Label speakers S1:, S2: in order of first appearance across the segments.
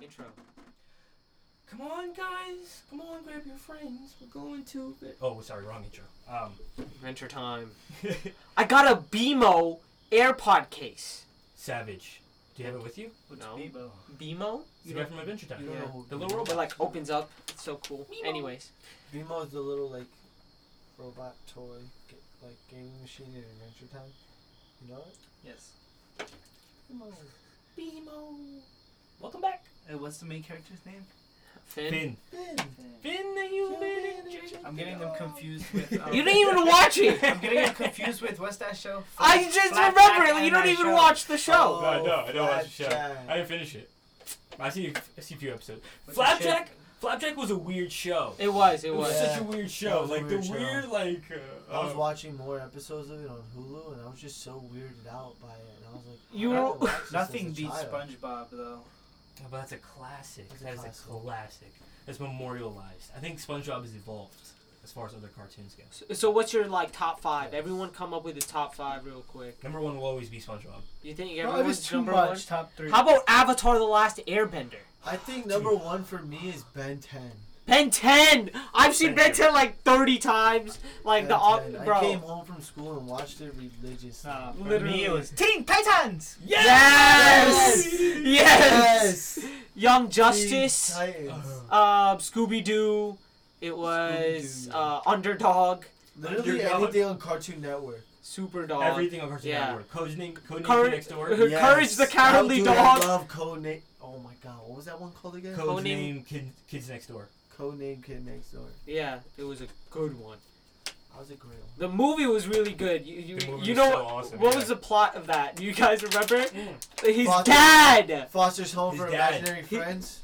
S1: intro. Come on, guys. Come on, grab your friends. We're going to vi-
S2: Oh, sorry, wrong intro. Um,
S1: adventure time. I got a BMO AirPod case.
S2: Savage. Do you have it with you?
S3: What's
S1: No.
S3: Bebo?
S1: BMO?
S2: You know from Adventure Time.
S3: You don't know who
S2: The little
S3: Bebo-
S1: It
S2: robot.
S1: like opens up. It's so cool. Anyways,
S3: Bemo is the little like robot toy, ga- like gaming machine in Adventure Time. You know it?
S4: Yes.
S3: Bemo.
S1: BMO.
S2: Welcome back.
S4: Uh, what's the main character's name?
S1: Finn.
S2: Finn.
S3: Finn.
S1: Finn the human. injector.
S4: I'm getting them confused with. Um,
S1: You didn't even watch it.
S4: I'm getting them confused with what's that show?
S1: I just
S4: Flat Jack
S1: remember it. Oh.
S4: and
S1: You don't
S4: that
S1: even
S4: show.
S1: watch the show.
S2: No, I don't. I don't watch the show.
S3: Flapjack.
S2: I didn't finish it. I see. I see a few episodes.
S4: With the
S2: Flapjack.
S4: chick.
S2: Flapjack was a weird show.
S1: It was. It
S2: It was
S1: was.
S3: Yeah.
S2: such a weird show.
S3: was a
S2: Like
S3: weird
S2: the
S3: show.
S2: weird, like. Uh,
S3: I was
S2: um,
S3: watching more episodes of it on Hulu, and I was just so weirded out by it. And I was like,
S1: You were-
S3: I haven't watched this
S4: Nothing
S3: as a
S4: beats
S3: child.
S4: SpongeBob though.
S2: oh, but that's a classic.
S3: That's a
S2: That is a
S3: classic.
S2: classic. That's memorialized. I think SpongeBob has evolved as far as other cartoons go.
S1: So- So what's your like top five? Everyone come up with a top five real quick.
S2: Number one will always be SpongeBob.
S1: You think
S4: No, it was
S1: everyone's
S4: too
S1: number
S4: much. Top three.
S1: one? How about Avatar: The Last Airbender?
S3: I think number one for me is Ben 10.
S1: Ben 10. I've seen Ben
S2: Ben 10.
S1: 10 like 30 times. Like
S3: Ben
S1: the
S3: 10.
S1: op-
S3: I
S1: bro.
S3: came home from school and watched it religiously.
S4: Nah, for
S1: Literally.
S4: me it was Teen Titans.
S1: Yes! Yes!
S2: Yes!
S1: Young Justice.
S3: Teen Titans.
S2: Uh,
S1: Um, Scooby Doo. It was
S3: Scooby-Doo.
S1: uh, Underdog.
S3: Literally
S2: Underdog.
S3: anything on Cartoon Network.
S1: Superdog.
S2: Everything on Cartoon
S1: Yeah.
S2: Network. Codename, Codename
S1: Cur-
S2: Next Door.
S1: Courage the Cowardly
S3: I do I
S1: Dog.
S3: love Codename. Oh my god, what was that one called again?
S1: Code-
S2: Codename Kid, Kids Next Door.
S3: Codename Kid Next Door.
S1: Yeah, it was a good one.
S3: That was a great one.
S1: The movie was really good. You you,
S2: The movie
S1: you
S2: was
S1: know
S2: so
S1: what,
S2: awesome,
S1: what
S2: yeah.
S1: was the plot of that? Do you guys remember? His
S3: Plot-
S1: dad.
S3: Foster's Home
S2: His
S3: for
S2: dad.
S3: Imaginary
S2: He-
S3: Friends.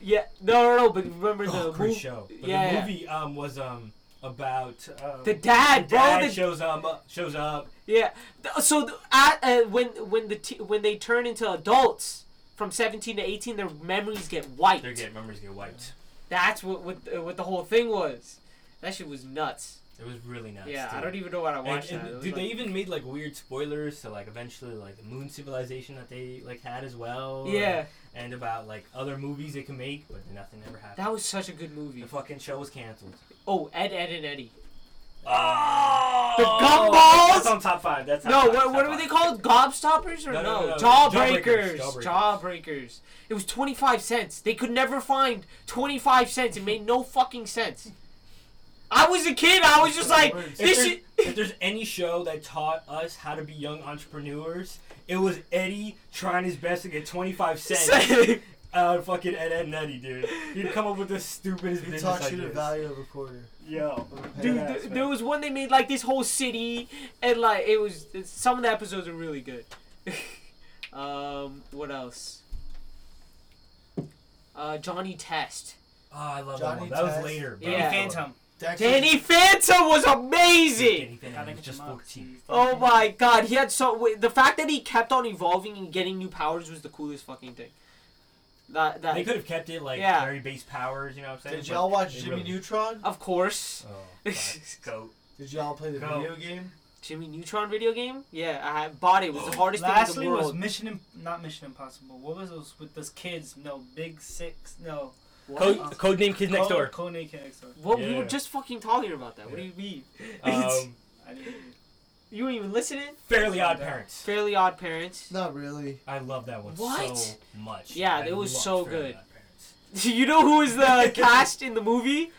S1: Yeah. No, no, no. But remember the
S2: Oh,
S1: movie.
S2: great show. But
S1: yeah.
S2: the movie um, was um, about um,
S1: The dad, bro.
S2: dad
S1: the
S2: shows up. uh, Shows up.
S1: Yeah. Th- So th- at, uh, when when the t- when they turn into adults from 17 to 18, their memories get wiped.
S2: Their get memories get wiped.
S1: That's what what, uh, what the whole thing was. That shit was nuts.
S2: It was really nice.
S1: yeah, I
S2: dude.
S1: don't even know why I
S2: And-
S1: watched
S2: and
S1: that. It was
S2: dude,
S1: like-
S2: they even made like weird spoilers to like eventually like the moon civilization that they like had as well.
S1: yeah,
S2: And about like other movies they can make, but nothing ever happened.
S1: that was such a good movie.
S2: the fucking show was canceled.
S1: Oh, Ed, Ed, and Eddie.
S2: Oh,
S1: The gumballs?
S2: That's on top five. That's
S1: No,
S2: top five,
S1: what, what
S2: top
S1: were they
S2: five.
S1: called? Gobstoppers or no?
S2: No, no, no, no.
S1: Jawbreakers.
S2: Jawbreakers,
S1: Jawbreakers.
S2: jawbreakers.
S1: It was 25 cents. They could never find 25 cents. It made no fucking sense. I was a kid. I was just like,
S3: If
S2: If
S1: this
S2: there's,
S1: shit.
S2: if there's any show that taught us how to be young entrepreneurs, it was Eddie trying his best to get 25 cents out of fucking Ed, Ed and Eddie, dude. He'd come up with the stupidest
S3: He
S2: business
S3: taught you the
S2: ideas.
S3: value of a quarter.
S2: Yo.
S1: Dude, th-
S2: Yeah, that's
S1: there
S2: right.
S1: was one they made like this whole city, and like it was it's- some of the episodes are really good. um, what else? Uh, Johnny Test.
S2: Oh, I love that
S3: Johnny
S2: one. That was
S3: Test.
S2: later, bro.
S1: Yeah.
S4: Phantom.
S3: Dexter-
S1: Danny Phantom was amazing.
S2: Danny Phantom
S4: Gotta
S2: was
S4: get
S2: just
S4: them up.
S2: 14.
S1: Oh my god, he had so wait, the fact that he kept on evolving and getting new powers was the coolest fucking thing. That that
S2: They could have kept it like
S1: Yeah.
S2: very base powers, you know what I'm saying?
S3: Did
S2: But
S3: y'all watch
S2: they
S3: Jimmy
S2: really-
S3: Neutron?
S1: of course.
S2: Oh, God. Goat.
S3: Did y'all play the
S2: No.
S3: video game?
S1: Jimmy Neutron video game? Yeah, I bought it. It was
S2: Oh,
S1: the hardest thing
S4: Lastly
S1: in the
S4: was
S1: world.
S4: Mission Im- not Mission Impossible. What was those with those kids? No, Big Six. No.
S2: Code,
S1: what?
S2: codename Kids Next Door.
S4: Codename Kid Next Door.
S1: What? we
S2: Yeah.
S1: were just fucking talking about that. What do
S2: Yeah.
S1: you mean?
S2: Um,
S4: I didn't.
S1: You weren't even listening?
S2: Fairly Odd Parents.
S1: Fairly Odd Parents.
S3: Not really.
S2: I love that one
S1: What?
S2: so much.
S1: Yeah,
S2: I
S1: it was
S2: love
S1: so
S2: Fairly
S1: good.
S2: Odd Parents.
S1: you know who was the cast in the movie?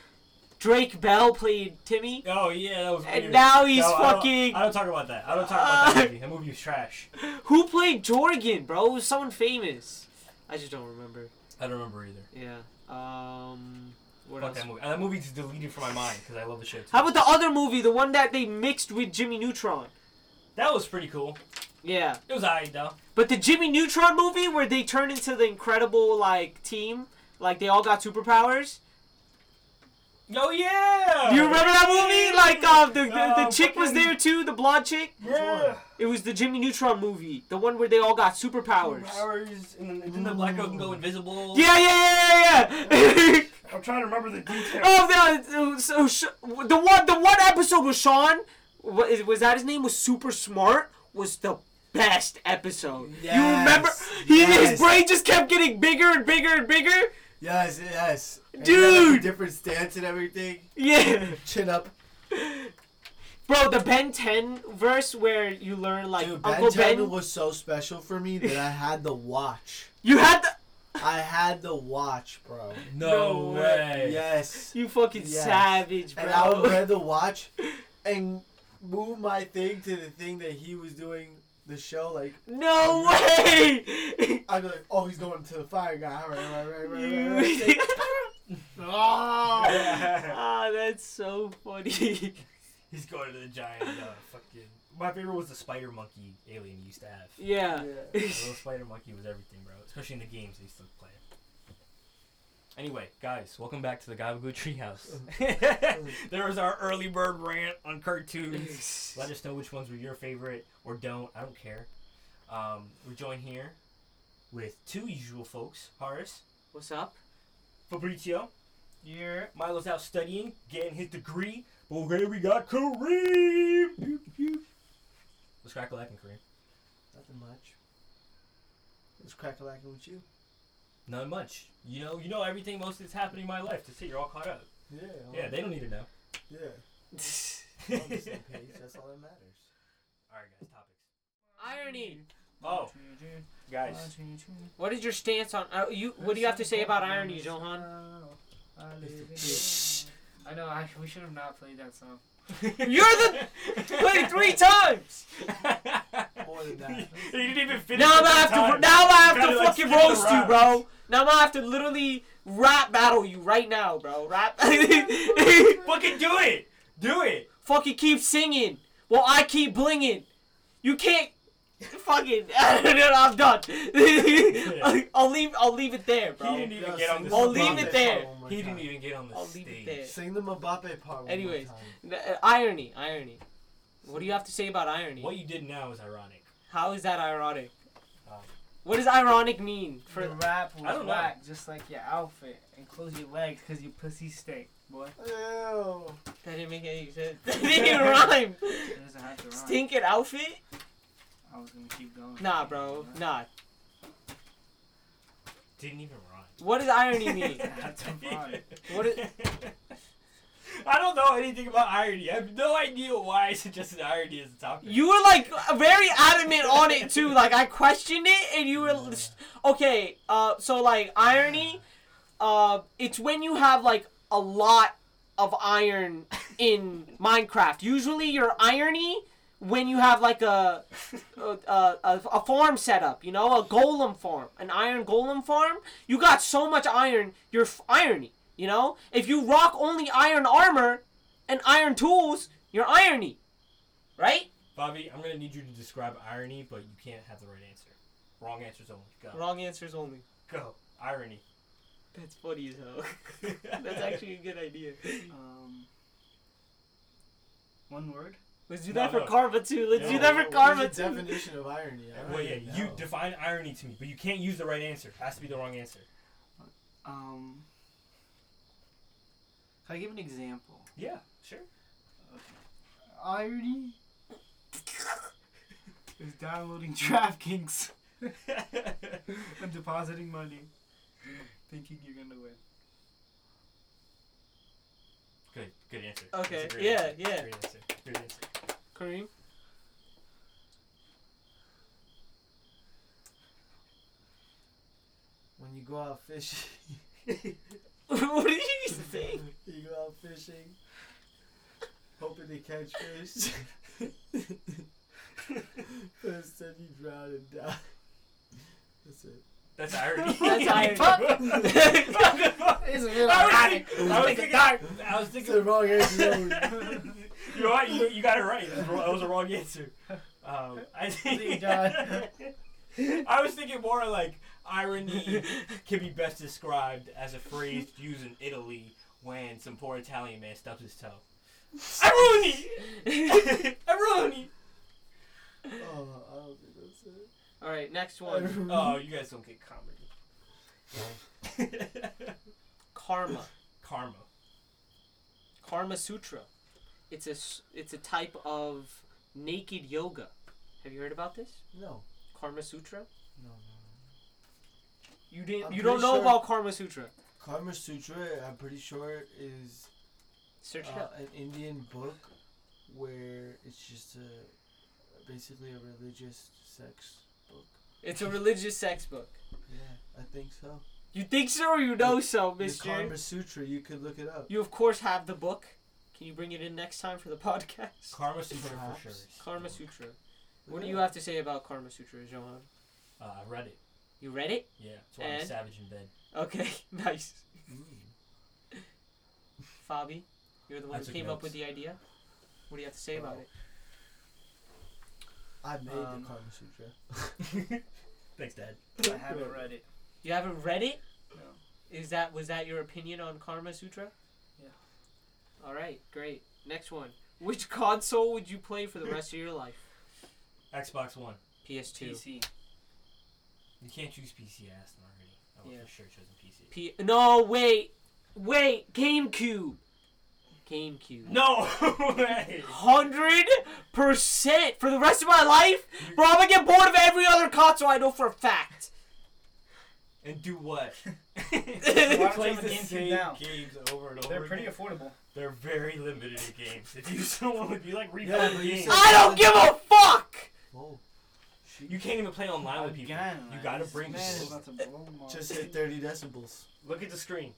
S1: Drake Bell played Timmy.
S2: Oh yeah, that was
S1: And
S2: weird.
S1: now he's
S2: I don't-
S1: fucking-
S2: I don't talk about that. I don't talk about
S1: Uh,
S2: that movie. That movie was trash.
S1: Who played Jorgen, bro? It was someone famous. I just don't remember.
S2: I don't remember either.
S1: Yeah. Um. What
S2: Fuck
S1: else?
S2: that movie. And that movie's deleted from my mind because I love the shit.
S1: How about the other movie, the one that they mixed with Jimmy Neutron?
S2: that was pretty cool.
S1: Yeah.
S2: It was alright though.
S1: But the Jimmy Neutron movie where they turn into the incredible like team, like they all got superpowers.
S2: Oh yeah.
S1: Do you remember that movie? Like uh, the the,
S2: Oh,
S1: the chick was
S2: fucking-
S1: there too, the blonde chick.
S2: Yeah.
S1: It was the Jimmy Neutron movie, the one where they all got superpowers.
S2: Powers and then, and then the black girl can go invisible.
S1: Yeah, yeah, yeah, yeah, yeah.
S2: I'm trying to remember the details.
S1: oh, the, so sh- the one, the one episode with Sean, wa- is- was that his name? Was super smart. Was the best episode. You
S3: Yes,
S1: remember? He, His
S3: yes.
S1: brain just kept getting bigger and bigger and bigger.
S3: Yes, yes. And
S1: Dude!
S3: you had, like, a different stance and everything.
S1: Yeah.
S3: Chin up.
S1: Bro, the Ben 10 verse where you learn like
S3: Dude, Ben
S1: Uncle
S3: 10
S1: Ben.
S3: was so special for me that I had the watch.
S1: you had the.
S3: I had the watch, bro.
S1: No
S2: No,
S1: way.
S2: way.
S3: Yes.
S1: You fucking
S3: Yes.
S1: savage, bro.
S3: And I would wear the watch and move my thing to the thing that he was doing the show. Like,
S1: no way!
S3: I'd be like, oh, he's going to the fire guy. All right, right, right, right, right, right.
S1: You- oh, ah, that's so funny.
S2: He's going to the giant uh, fucking. My favorite was the spider monkey alien he used to have.
S1: Yeah.
S3: Yeah.
S2: The little spider monkey was everything, bro. Especially in the games they used to play. Anyway, guys, welcome back to the Gabagool Treehouse. there was our early bird rant on cartoons. Let us know which ones were your favorite or don't. I don't care. Um, we're joined here with two usual folks: Horace,
S1: What's up?
S2: Fabrizio.
S4: You're
S2: Milo's out studying, getting his degree. But here we got Kareem. Pew, pew. Let's crack a lack and Kareem.
S3: Nothing much. It's crack a lacking with you.
S2: Not much. You know, you know everything most that's happening in my life. That's it. You're all caught up.
S3: Yeah.
S2: Yeah, they don't need to know.
S3: Yeah.
S2: all
S3: We're
S2: right,
S3: on the same page. That's all that matters.
S2: guys. Topics.
S1: Irony.
S2: Oh, guys.
S1: What is your stance on uh, you? What do you have to say about irony, Johan?
S4: I live in- I know. I, we should have not played that song.
S1: You're the played three times.
S3: More than that.
S2: you didn't even finish.
S1: Now
S2: it
S1: I'm gonna
S2: on
S1: have to.
S2: time.
S1: Now I have
S2: You
S1: to
S2: kinda, like,
S1: fucking
S2: skipped the
S1: roast you,
S2: rounds.
S1: bro. Now I'm gonna have to literally rap battle you right now, bro. Rap.
S2: Fucking do it. Do it.
S1: fucking keep singing while I keep blinging. You can't. Fucking. I'm done. I'll leave. I'll leave it there,
S2: He
S1: bro.
S2: didn't even
S3: Yeah,
S2: get on
S3: sing
S2: the.
S3: the
S1: I'll leave
S3: Mbappe
S1: it there.
S3: part one more
S2: He didn't
S3: time.
S2: even get on the
S1: I'll
S2: stage.
S1: leave it there.
S3: Sing the Mbappe part. one more
S1: Anyways.
S3: time.
S1: Uh, Irony. Irony. What do you have to say about irony?
S2: What you did now is ironic.
S1: How is that ironic?
S2: Um,
S1: What does ironic mean?
S4: For
S1: For
S4: rap
S2: I
S4: was
S2: don't know.
S4: whack, just like your outfit, and close your legs because you pussy stink, boy.
S3: Ew.
S1: that didn't make any sense. That didn't even rhyme.
S4: It doesn't have to rhyme.
S1: Stinking outfit?
S4: I was gonna keep going.
S1: Nah, bro. Nah.
S2: Didn't even rhyme.
S1: What does irony mean?
S4: That's a rhyme.
S1: What is-
S2: I don't know anything about irony. I have no idea why I suggested irony as a topic.
S1: You were like very adamant on it too. Like I questioned it, and you were just- okay. Uh, so like irony, uh, it's when you have like a lot of iron in Minecraft. Usually, your irony when you have like a a, a, a farm set up. You know, a golem farm, an iron golem farm. You got so much iron, your f- irony. You know, if you rock only iron armor and iron tools, you're irony, right?
S2: Bobby, I'm gonna need you to describe irony, but you can't have the right answer. Wrong answers only. Go.
S1: Wrong answers only.
S2: Go. Irony.
S1: That's funny as hell. That's actually a good idea.
S4: Um, one word.
S1: Let's do
S2: No,
S1: that for
S2: no.
S1: Karma too. Let's do
S2: No,
S1: that
S3: What
S1: for
S3: is
S1: Karma
S3: the
S1: too.
S3: definition of irony. I
S2: Well, yeah,
S3: already
S2: you
S3: know.
S2: define irony to me, but you can't use the right answer. has to be the wrong answer.
S4: Um, can I give an example?
S2: Yeah, sure.
S4: Irony is downloading DraftKings and depositing money, thinking you're gonna win.
S2: good, good answer.
S1: Okay,
S2: That's a great
S1: yeah,
S2: answer.
S1: yeah.
S2: Great answer. Great answer.
S1: Kareem.
S3: When you go out fishing,
S1: what did you say?
S3: you go out fishing, hoping to catch fish. but instead, you drown and die. That's it.
S2: That's irony.
S1: That's irony.
S4: It's a
S2: I was thinking. I was thinking. I was
S3: It's
S2: thinking
S3: the wrong answer. only.
S2: You're right. You, you got it right. That was wrong- that was a wrong answer. Um, I
S3: See,
S2: think.
S3: John.
S2: I was thinking more like irony can be best described as a phrase used in Italy when some poor Italian man stubs his toe. Irony. irony.
S3: Oh, I don't think that's it.
S1: All right, next one.
S3: Irony.
S2: Oh, you guys don't get comedy.
S1: Karma.
S2: Karma.
S1: Karma Sutra. It's a s- it's a type of naked yoga. Have you heard about this?
S3: No.
S1: Karma Sutra?
S3: No, no.
S1: You didn't.
S3: I'm
S1: you don't
S3: pretty
S1: know
S3: sure-
S1: about Karma Sutra.
S3: Karma Sutra, I'm pretty sure, is
S1: Search it
S3: uh,
S1: up.
S3: an Indian book where it's just a basically a religious sex book.
S1: It's a religious sex book.
S3: Yeah, I think so.
S1: You think so or you know so,
S3: The Karma
S1: Mister?
S3: Sutra, you could look it up.
S1: You of course have the book. Can you bring it in next time for the podcast?
S2: Karma Sutra for
S3: Perhaps.
S2: sure.
S1: Karma Sutra.
S3: Look
S1: What
S3: it
S1: do you
S3: up.
S1: have to say about Karma Sutra, Johan?
S2: Uh, I read it.
S1: You read it?
S2: Yeah, that's why I'm
S1: And?
S2: savage in bed.
S1: Okay, nice.
S3: Mm.
S1: Fabi, you're the
S2: I
S1: one who
S2: took
S1: came up with
S2: notes.
S1: the idea. What do you have to say about
S3: Oh.
S1: it?
S3: I made
S4: Um,
S3: the Karma Sutra.
S2: Thanks, Dad.
S4: I haven't read it.
S1: You haven't read it?
S4: No.
S1: Is that was that your opinion on Karma Sutra?
S4: Yeah.
S1: All right, great. Next one. Which console would you play for the rest of your life?
S2: Xbox One.
S1: PS2.
S4: PC.
S2: You can't choose PC. I asked them already. I would
S1: Yeah.
S2: for sure chosen PC.
S1: P- no, wait, wait. GameCube. GameCube.
S2: no way.
S1: Hundred percent for the rest of my life, bro. I'm gonna get bored of every other console I know for a fact.
S2: And do what?
S1: Why
S4: don't you have a GameCube now?
S2: games over and over.
S4: They're pretty
S2: again.
S4: affordable.
S2: They're very limited in games. If you someone would be like
S3: Yeah,
S2: replaying
S3: but you
S2: games,
S3: said-
S1: I don't give a fuck.
S3: Whoa. She
S2: you can't even play online with people.
S4: Again,
S2: you
S4: like,
S2: gotta
S4: this
S2: bring.
S4: man is
S2: people.
S4: about to blow my-
S3: just hit 30 decibels.
S2: Look at the screen,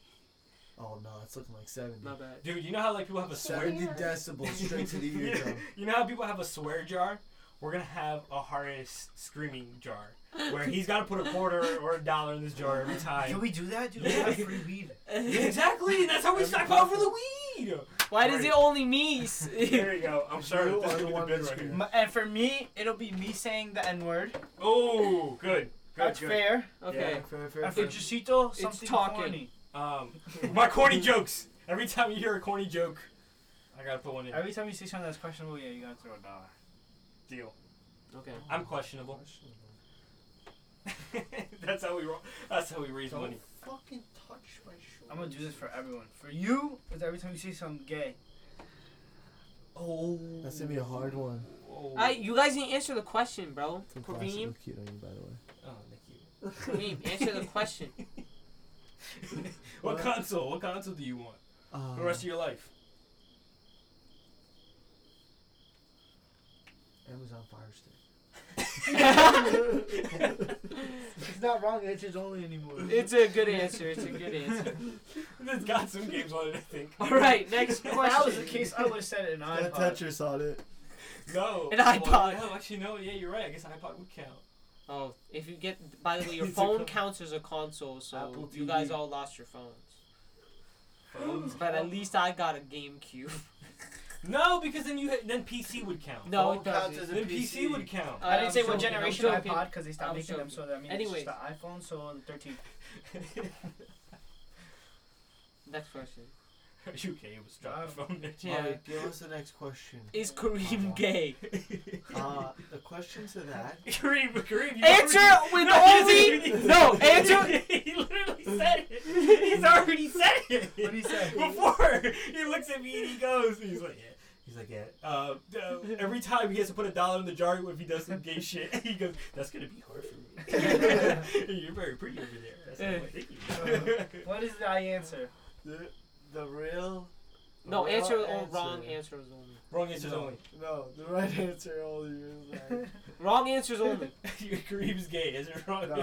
S3: Oh no, it's looking like 70.
S1: My bad.
S2: dude. You know how like people have a swear.
S3: 70 decibels straight to the eardrum.
S2: you know how people have a swear jar? We're gonna have a hardest screaming jar where he's gotta put a quarter or a dollar in this jar every
S4: Can
S2: time.
S4: we do that, dude?
S2: Yeah.
S4: We have free weed.
S2: exactly, and that's how we stockpile for the weed.
S1: Why does it only me? s-
S2: There you go. I'm sorry.
S3: You
S2: This
S3: are
S2: is
S3: the
S2: gonna
S3: one
S2: be the
S3: that
S2: bit right
S3: screamed.
S2: here.
S4: M- And for me, it'll be me saying the N word.
S2: Oh, good. Good,
S4: That's
S2: good.
S4: fair.
S1: Okay.
S3: Fair, fair,
S4: And
S3: fair.
S4: for Jacito,
S1: It's
S4: something
S1: talking.
S4: corny.
S2: Um, my corny jokes. Every time you hear a corny joke, I gotta put one in.
S4: Every time you see something that's questionable, yeah, you gotta throw a dollar.
S2: Deal.
S1: Okay.
S2: I'm questionable. that's how we. Ro- that's how we raise
S3: Don't
S2: money.
S3: fucking touch my shoulder.
S4: I'm gonna do this for everyone. For you, it's every time you see something gay.
S2: Oh.
S3: That's gonna be a hard one.
S2: Whoa.
S1: I, you guys didn't answer the question, bro.
S3: Some flashes
S1: Kareem,
S3: look cute on you, by the way.
S2: Oh, thank you.
S1: Kareem, answer the question.
S2: What
S3: What?
S2: console? What console do you want
S3: Um,
S2: for the rest of your life?
S3: Amazon Fire Stick.
S1: it's
S3: It's not wrong. It's his only anymore.
S1: a good answer. It's a good answer.
S2: It's got some games on it, I think.
S1: All right, next
S4: If that was the
S1: question.
S4: case, I would have said it in
S3: Got a
S4: iPod.
S3: Tetris on it.
S2: No.
S1: An
S2: Well,
S1: iPod.
S2: no, actually, no. Yeah, you're right. I guess iPod would count.
S1: Oh, if you get, by the way, your
S2: It's a
S1: phone
S2: con-
S1: counts as a console, so
S3: Apple
S1: you guys
S3: TV.
S1: all lost your phones.
S2: Phones.
S1: But at least I got a GameCube.
S2: No, because then you then PC would count.
S1: No,
S3: Phone
S1: it doesn't.
S3: counts as a
S2: Then PC would count.
S1: Uh,
S4: I didn't
S1: I'm
S4: say what
S1: joking, I'm
S4: generation
S1: joking.
S4: iPod because they stopped
S1: I'm
S4: making them, so
S1: joking.
S4: that means
S1: Anyways.
S4: it's just the iPhone, so the 13.
S1: Next question.
S2: Are you okay? It was styrofoam.
S1: Yeah.
S3: Alright, give us the next question.
S1: Is Kareem gay?
S3: Uh, the question to that.
S2: Kareem, Kareem, you
S1: Answer
S2: already-
S1: with only
S2: No, he didn't.
S1: no answer.
S2: he literally said it. He's already said it.
S4: What do you say?
S2: Before he looks at me and he goes, he's like, yeah. He's like, yeah. Uh, uh, every time he has to put a dollar in the jar if he does some gay shit, he goes, that's gonna be hard for me. You're very pretty over there. That's not what I think you.
S4: What is the I answer?
S3: The, the real.
S1: No
S3: the
S1: answer
S3: real
S1: or wrong answer is only.
S2: Wrong answers
S3: no,
S2: only.
S3: No, the right answer only is like.
S1: Wrong answers only.
S2: Kareem's gay, is it wrong?
S3: No.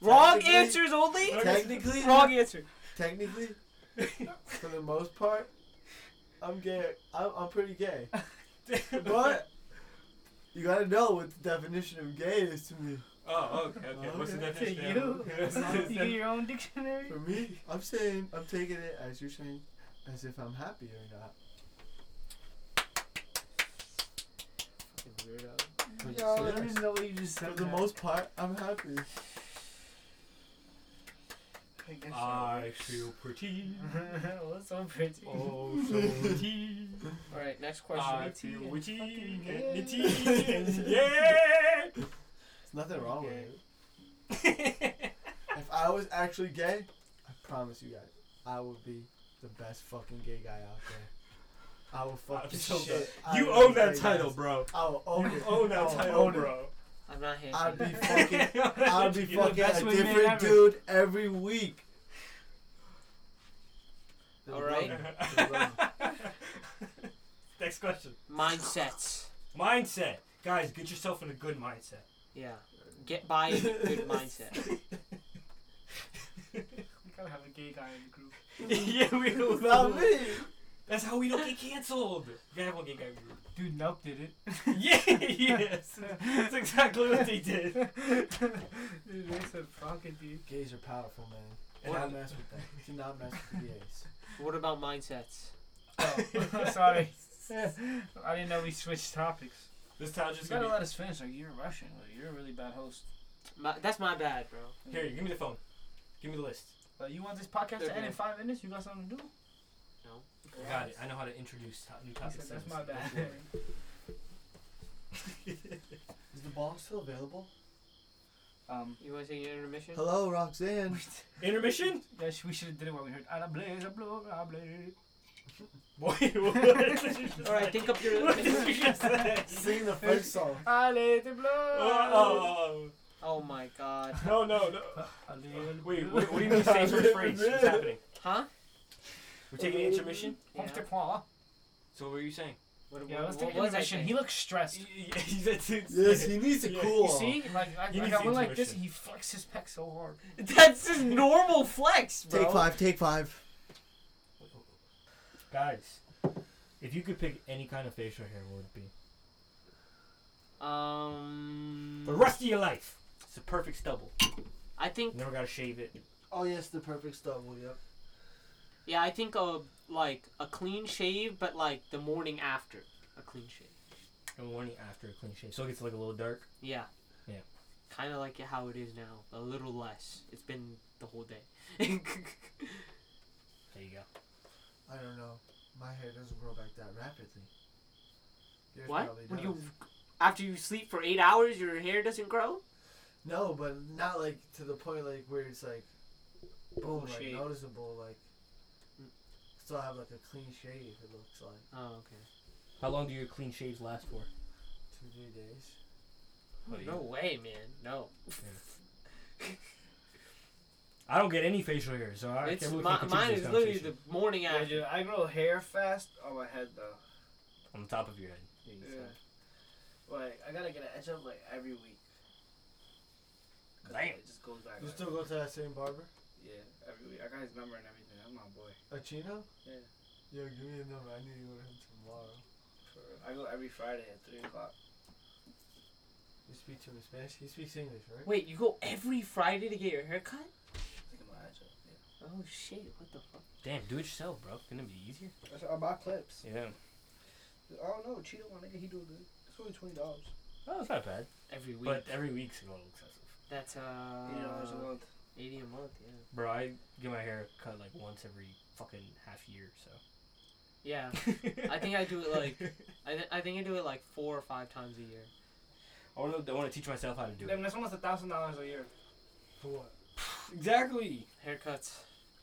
S1: Wrong
S3: Technically-
S1: answers only.
S3: Technically,
S1: Wrong answer.
S3: technically, for the most part, I'm gay. I'm, I'm pretty gay. But you gotta know what the definition of gay is to me.
S2: Oh, okay, okay. What's the
S3: Okay.
S4: To
S2: definition?
S4: you?
S2: of-
S4: you get your own dictionary?
S3: For me, I'm saying I'm taking it as you're saying, as if I'm happy or not. But
S4: Yo,
S3: for
S4: I
S3: the-
S4: don't even know what you just
S3: for
S4: said.
S3: the
S4: man.
S3: most part, I'm happy.
S4: I guess so.
S2: I feel pretty.
S4: What's so pretty?
S2: Oh, so pretty.
S1: All right, next
S2: I
S1: question.
S2: feel witty.
S4: Fucking
S2: and
S4: gay.
S2: nitty. Yeah.
S3: There's nothing wrong with it.
S2: If
S3: If I was actually gay, I promise you guys, I would be the best fucking gay guy out there. I will fuck
S2: I'm
S3: the
S2: so
S3: shit. out
S2: You
S3: of
S2: own that
S3: gay
S2: title,
S3: guys.
S2: bro.
S3: I will own
S2: You
S3: it.
S2: own
S3: I
S2: that
S3: will
S2: title,
S3: own it.
S2: bro.
S1: I'm not here.
S3: I'd be fucking, I'd be
S2: You're the
S3: fucking
S4: best
S3: a
S4: wingman
S3: different
S4: ever.
S3: dude every week.
S1: All right.
S2: Next question.
S1: Mindsets.
S2: Mindset. Guys, get yourself in a good mindset.
S1: Yeah. Get by a good mindset.
S4: We gotta have a gay guy in the group.
S2: yeah, we
S3: Not me.
S2: That's how we don't get canceled. You gotta get
S4: Dude, Nelk did it.
S2: Yeah, yes. That's exactly what they did.
S4: Dude, they said fuck it, dude.
S3: Gays are powerful, man. Do
S2: What?
S3: not mess with them. Do not mess with the gays.
S1: What about mindsets?
S4: Oh, sorry. I didn't know we switched topics.
S2: This tile's
S4: You
S2: just
S4: gotta
S2: gonna
S4: let us finish. Like, you're rushing. Like, you're a really bad host.
S1: My, that's my bad, bro.
S2: be here. Give me the phone. Give me the list.
S4: But Uh, you want this podcast to end in
S1: Okay.
S4: five minutes? You got something to do?
S1: No.
S2: I Got it. I know how to introduce to- new
S4: He
S2: topics.
S4: said,
S2: to
S4: That's
S2: this.
S4: my bad.
S2: Don't worry.
S3: Is the bong still available?
S4: um,
S1: You want to take your intermission?
S3: Hello, Roxanne.
S2: Intermission?
S4: yeah, sh- we should have did it when we heard "Ah, blaze, ah, blow, ah, blaze."
S2: Boy, what?
S1: All right, think up your.
S2: What did you just say?
S3: Sing the first song.
S4: I let it blow.
S2: Oh,
S1: oh my god.
S2: no, no, no.
S4: I let it
S2: Wait,
S4: blow.
S2: what, what do you mean same first phrase? What's happening?
S1: Huh?
S2: We're taking an intermission?
S1: Yeah.
S4: After Paul.
S2: So what were you saying?
S1: What,
S4: Yeah, let's
S1: what
S4: take
S1: was I
S4: intermission.
S1: saying?
S4: He looks stressed.
S3: Yes, he needs to
S2: Yeah.
S3: cool
S4: You
S3: off.
S4: see, like, like,
S2: He
S4: like
S2: needs
S4: I went like this,
S2: intuition.
S4: he flexed his pec so hard.
S1: That's his normal flex, bro.
S3: Take five, take five.
S2: Guys, if you could pick any kind of facial hair, what would it be?
S1: Um.
S2: The rest of your life. It's a perfect stubble.
S1: I think.
S2: You never gotta shave it.
S3: Oh, yes, the perfect stubble, yep.
S1: Yeah, I think a like a clean shave, but like the morning after a clean shave.
S2: In the morning after a clean shave. So it gets like a little dark.
S1: Yeah.
S2: Yeah.
S1: Kind of like how it is now, a little less. It's been the whole day.
S2: There you go.
S3: I don't know. My hair doesn't grow back that rapidly. Yours
S1: what?
S3: probably
S1: When
S3: does.
S1: you after you sleep for eight hours, your hair doesn't grow.
S3: No, but not like to the point like where it's like boom, like
S4: shave.
S3: noticeable. Like
S1: Mm.
S3: still have like a clean shave. It looks like
S1: Oh, okay.
S2: How long do your clean shaves last for?
S3: two three days.
S2: Oh, yeah.
S1: No way, man. No.
S2: I don't get any facial hair, so I
S1: it's
S2: can't really
S1: my,
S2: contribute to
S1: mine
S2: this
S1: is literally the
S2: conversation.
S1: morning
S4: Yeah,
S1: after.
S4: dude, I grow hair fast on my head though.
S2: on the top of your head.
S4: Yeah. Like I gotta get an edge up like every week. 'Cause
S2: Damn.
S4: It just goes back.
S3: You
S4: like-
S3: still go to that same barber?
S4: yeah, every week. I got his number and everything. That's my boy.
S3: A chino?
S4: Yeah.
S3: Yo, give me a number. I need to go to him tomorrow.
S4: For real. I go every Friday at three o'clock.
S3: You speak to him in Spanish. He speaks English, right?
S1: Wait, you go every Friday to get your hair cut?
S4: To get my edge up. Yeah.
S1: Oh shit! What the fuck?
S2: Damn, do it yourself, bro. Gonna be easier.
S4: That's, I buy clips.
S2: Yeah.
S4: I don't know. Cheeto, my nigga, he doing good. It's only twenty dollars.
S2: Oh, it's not bad.
S1: Every week.
S2: But every week's a little excessive.
S1: That's uh.
S4: Eighty dollars a month.
S1: Eighty a month. Yeah.
S2: Bro, I get my hair cut like once every fucking half year, so.
S1: Yeah, I think I do it like I, th- I think I do it like four or five times a year.
S2: I want to. I want to teach myself how to do
S4: Damn,
S2: it.
S4: that's almost a thousand dollars a year.
S3: For what?
S2: Exactly.
S1: Haircuts.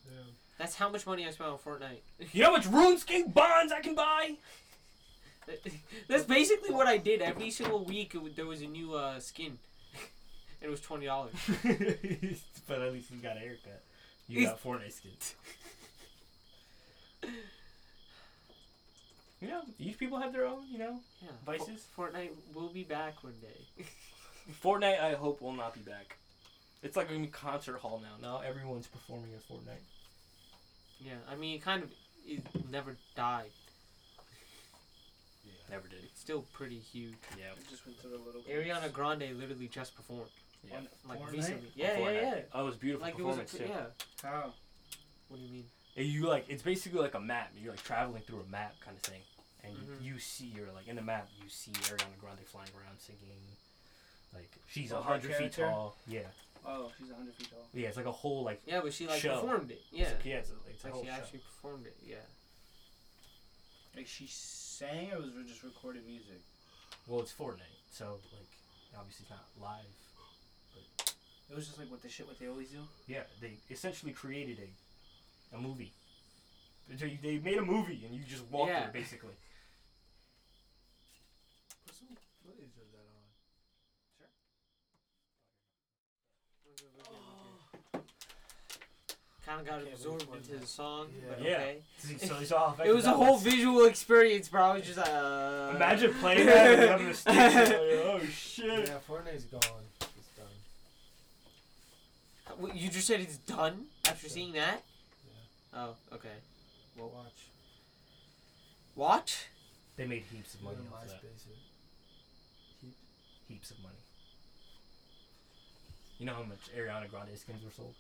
S3: Yeah.
S1: That's how much money I spent on Fortnite.
S2: You know how much RuneScape bonds I can buy?
S1: That's basically what I did every single week. It, w- there was a new uh, skin. it was twenty dollars.
S2: but at least you got a haircut. You got Fortnite skins. you know, each people have their own. You know,
S1: Yeah.
S2: Vices?
S1: Fo- Fortnite will be back one day.
S2: Fortnite. I hope will not be back. It's like a concert hall now. Now everyone's performing at Fortnite.
S1: Yeah. I mean, it kind of it never died.
S2: Never did.
S1: It's still pretty huge.
S2: Yeah.
S4: It just went through a little.
S1: Ariana Grande literally just performed
S2: Yeah.
S4: On
S1: like
S4: Fortnite?
S1: recently. Yeah, yeah, yeah.
S2: Fortnite. Oh, it was a beautiful
S1: Like it was. A,
S2: performance
S1: pre-
S2: too.
S1: yeah.
S4: How?
S1: What do you mean?
S2: And you like it's basically like a map. You're like traveling through a map kind of thing, and you-
S1: Mhm.
S2: you see you're like in the map. You see Ariana Grande flying around singing, like she's
S4: Oh,
S2: a
S4: her
S2: hundred feet
S4: character?
S2: tall. Yeah,
S4: Oh, she's hundred feet tall.
S2: yeah. It's like a whole like
S1: Yeah, but she like
S2: Show.
S1: performed it. Yeah.
S2: it's a- yeah. It's, a, it's a
S1: Like
S2: whole
S1: she
S2: show.
S1: actually performed it. Yeah.
S4: Like she sang or was it just recorded music?
S2: Well, it's Fortnite, so like obviously it's not live.
S4: It was just like what the shit what they always do.
S2: Yeah, they essentially created a a movie So you- They made a movie and you just walked
S1: Yeah.
S2: it basically.
S3: Put some footage of that on.
S2: Sure.
S1: Kind of got
S3: I can't
S1: absorbed
S3: believe
S1: into
S3: one
S1: the song,
S3: Yeah.
S1: but
S2: Yeah.
S1: okay.
S2: So it's all
S1: It was a whole
S2: video.
S1: visual experience, bro. I was just uh.
S2: Imagine playing that and having a stick. and you're like, oh shit.
S3: Yeah, Fortnite's gone. It's done.
S1: Wait, You just said it's done after
S3: Yeah.
S1: seeing that.
S3: Yeah.
S1: Oh, okay.
S3: Well, watch.
S1: What?
S2: They made heaps of
S3: Go
S2: money
S3: to
S2: off that.
S3: MySpace. it. Keep-
S2: Heaps of money. You know how much Ariana Grande skins were sold?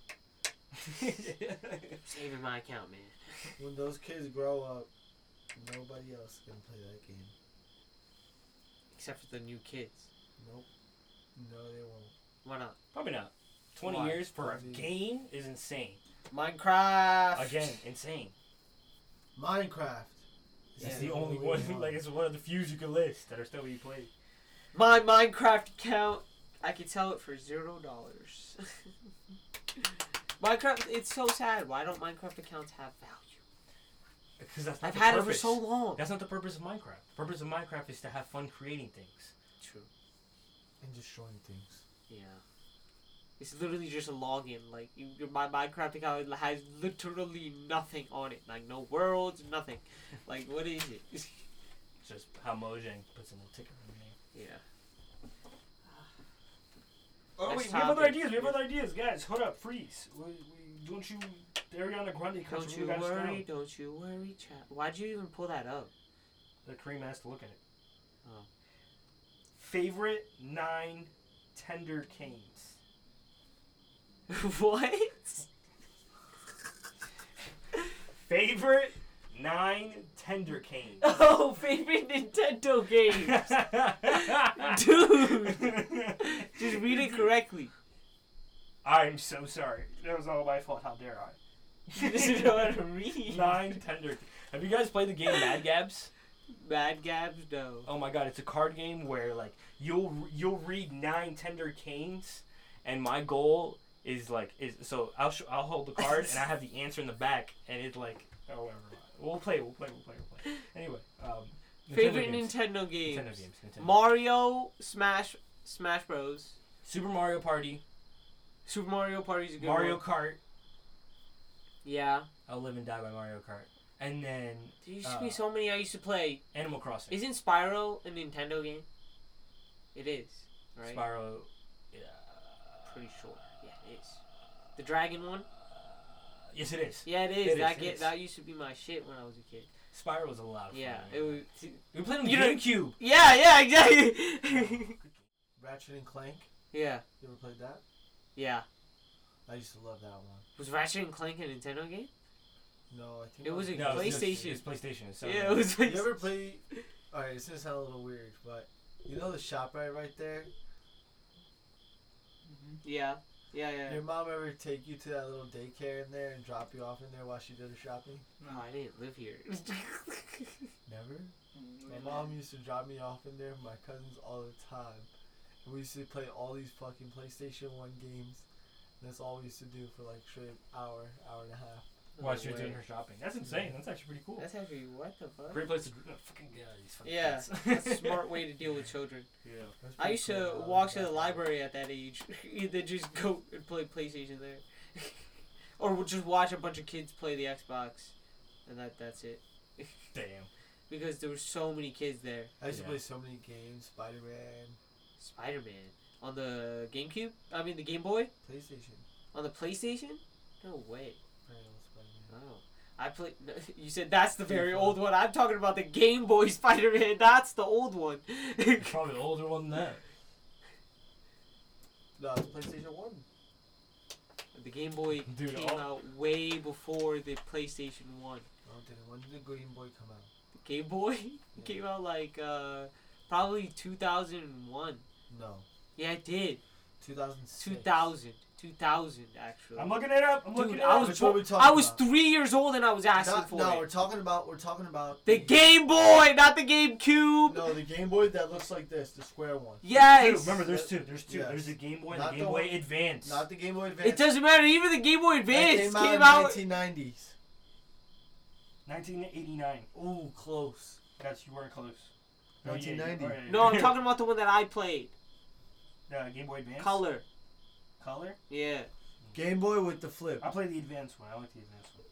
S1: Saving my account, man.
S3: When those kids grow up, nobody else can play that game.
S1: Except for the new kids.
S3: Nope. No, they won't.
S1: Why not?
S2: Probably not. 20
S1: Why?
S2: years for a
S3: Probably.
S2: game is insane.
S1: Minecraft.
S2: Again, insane.
S3: Minecraft. It's
S2: That's
S1: Yeah.
S2: the only one. Like it's one of the few you can list that are still being played.
S1: My Minecraft account, I could sell it for zero dollars. Minecraft, it's so sad. Why don't Minecraft accounts have value?
S2: Because that's not
S1: I've
S2: the
S1: had it for
S2: purpose.
S1: so long.
S2: That's not the purpose of Minecraft. The purpose of Minecraft is to have fun creating things.
S1: True.
S3: and destroying things.
S1: Yeah. It's literally just a login. Like you, your, my Minecraft account has literally nothing on it. Like no worlds, nothing. Like what is it?
S2: It's just how Mojang puts a little ticker on the name.
S1: yeah.
S2: Oh,
S1: Next
S2: wait, we have other
S1: topic.
S2: ideas. We have other ideas, guys. Hold up, freeze. We, we, don't you, the Ariana Grande concert.
S1: Don't
S2: we
S1: you
S2: gotta scroll.
S1: worry. Don't you worry, chat. Why'd you even pull that up?
S2: The Kareem has to look at it.
S1: Oh.
S2: Favorite nine tender canes.
S1: what?
S2: Favorite nine tender canes.
S1: Oh, favorite Nintendo game. Dude. Just read it correctly.
S2: I'm so sorry. That was all my fault. How dare I?
S1: You just know how to read.
S2: nine tender. Have you guys played the game Mad Gabs?
S1: Bad Gabs, no.
S2: Oh my god, it's a card game where like you'll you'll read nine tender canes, and my goal is like is so I'll sh- I'll hold the card and I have the answer in the back, and it's like oh whatever. We'll play, we'll play, we'll play, we'll play. Anyway, um, Nintendo
S1: favorite
S2: games.
S1: Nintendo games.
S2: Nintendo games. Nintendo.
S1: Mario, Smash, Smash Bros.
S2: Super Mario Party,
S1: Super Mario Party's a good
S2: Mario
S1: one.
S2: Kart.
S1: Yeah.
S2: I'll live and die by Mario Kart, and then
S1: There used to be
S2: Uh,
S1: so many I used to play.
S2: Animal Crossing.
S1: Isn't Spyro a Nintendo game? It is, right?
S2: Spyro. Yeah.
S1: Pretty sure. Yeah, it is. The dragon one?
S2: Yes, it is.
S1: Yeah, it is.
S2: It is,
S1: that
S2: it
S1: get,
S2: is.
S1: that used to be my shit when I was a kid.
S2: Spyro was a lot of fun.
S1: Yeah,
S2: man.
S1: it was.
S2: we played on
S1: You know-
S2: GameCube.
S1: Yeah, yeah, exactly.
S3: Ratchet and Clank.
S1: yeah,
S3: You ever played that?
S1: yeah.
S3: I used to love that one.
S1: Was Ratchet and Clank a Nintendo game?
S3: No, I think
S1: It
S3: I-
S1: was a-
S2: No, it's-
S1: PlayStation.
S2: It's PlayStation. It's
S1: yeah, it was.
S3: You ever play? All right, it's gonna sound a little weird, but you know the shop right right there.
S4: Mm-hmm.
S1: yeah, yeah, yeah.
S3: Your mom ever take you to that little daycare in there and drop you off in there while she did her shopping?
S1: Oh, I didn't live here.
S3: Never.
S4: Mm,
S3: My
S4: really?
S3: mom used to drop me off in there with my cousins all the time. And we used to play all these fucking PlayStation 1 games. And that's all we used to do for like straight hour, hour and a half.
S2: While
S1: No
S2: she was
S1: way.
S2: doing her shopping. That's insane. That's actually pretty cool.
S1: That's actually what the fuck.
S2: Great place to uh, fucking get out of these fucking
S1: Yeah,
S2: kids.
S1: that's a smart way to deal with children.
S2: Yeah.
S3: That's
S1: I
S3: pretty
S1: used
S3: cool.
S1: to
S3: love
S1: walk to the
S3: that.
S1: library at that age, and then just go and play PlayStation there, or we'll just watch a bunch of kids play the Xbox, and that that's it.
S2: Damn.
S1: Because there were so many kids there.
S3: I used
S2: Yeah.
S3: to play so many games Spider Man,
S1: Spider Man on the GameCube. I mean the Game Boy
S3: PlayStation.
S1: on the PlayStation. No way.
S3: Very old Spider-Man.
S1: Oh, I played. You said that's the very
S3: Yeah.
S1: old one. I'm talking about the Game Boy Spider Man. That's the old one.
S2: You're probably the older one than that.
S3: No, it's PlayStation 1.
S1: the Game Boy
S2: Dude,
S1: came
S2: all-
S1: out way before the PlayStation One.
S3: No, it didn't. When did the Green Boy come out?
S1: The Game Boy came out like uh, probably 2001.
S3: No.
S1: Yeah, it did.
S3: 2006.
S1: 2000. 2000 actually.
S2: I'm looking it up. I'm looking
S1: Dude,
S2: it
S1: I
S2: up.
S1: was
S3: Which one
S1: bo-
S3: we talking
S1: I was
S3: about?
S1: three years old and I was asking
S3: Not,
S1: for
S3: no,
S1: it.
S3: we're talking about we're talking about
S1: The Game Boy, not the GameCube.
S3: No, the Game Boy that looks like this, the square one.
S2: Two.
S1: Yes.
S2: Remember, there's two. There's two.
S3: Yes.
S2: There's the Game Boy and
S3: Not
S2: the
S3: the
S2: Game Boy
S3: one-
S2: Advance.
S3: Not the Game Boy Advance.
S1: It doesn't matter. Even the Game Boy
S3: That
S1: Advance
S3: came out in 1990s.
S2: 1989.
S3: Ooh, close.
S2: That's you weren't close. Oh, yeah, you-
S3: 1990.
S2: oh, yeah,
S1: No, I'm
S2: yeah.
S1: talking about the one that I played.
S2: The Game Boy Advance.
S1: Color.
S2: Color.
S1: Yeah.
S3: Game Boy with the flip.
S2: I play the Advance one. I like the Advance one.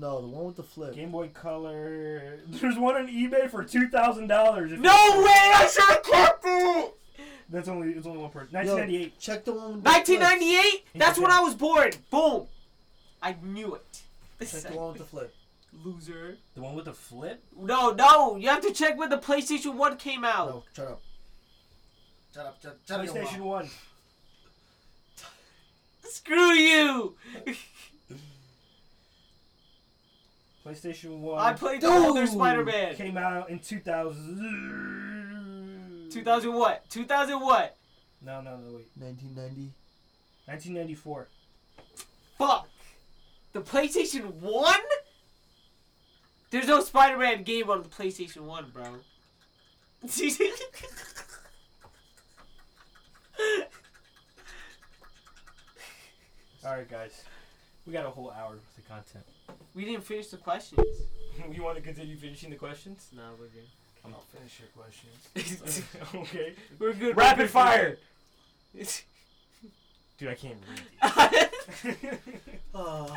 S3: No, the one with the flip.
S2: Game Boy Color. There's one on eBay for two thousand dollars.
S1: No way! I should have kept it.
S2: That's only it's only one person.
S3: Yo,
S2: 1998.
S3: check the one with the flip.
S1: 1998. That's when I was born. Boom. I knew it.
S3: Check the one with the flip.
S1: Loser.
S2: The one with the flip.
S1: No, no. You have to check when the PlayStation One came out.
S3: No, shut up. Oh. Shut up, shut, shut up. your
S2: PlayStation
S3: mouth.
S2: One.
S1: Screw you.
S2: PlayStation One.
S1: I played the older
S3: Dude.
S1: Spider-Man.
S2: Came out in 2000.
S1: 2000 what? 2000 what?
S2: No, no, no, wait.
S3: 1990.
S2: 1994.
S1: Fuck. The PlayStation 1? There's no Spider-Man game on the PlayStation 1, bro.
S2: All right, guys. We got a whole hour worth of content.
S1: we didn't finish the questions.
S2: you want to continue finishing the questions?
S1: No, we're good.
S3: I'll finish your questions.
S2: okay.
S1: we're good. we're
S2: Rapid
S1: good,
S2: fire.
S1: we're good.
S2: Dude, I can't read
S3: Oh,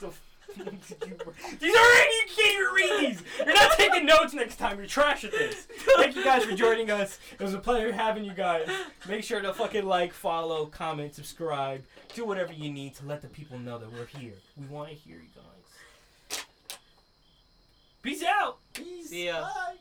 S2: these. these are you can't even read these. You're not taking notes next time. You're trash at this. Thank you guys for joining us. It was a pleasure having you guys. Make sure to fucking like, follow, comment, subscribe, do whatever you need to let the people know that we're here. We want to hear you guys. Peace out.
S3: peace.
S1: See ya.
S3: Bye.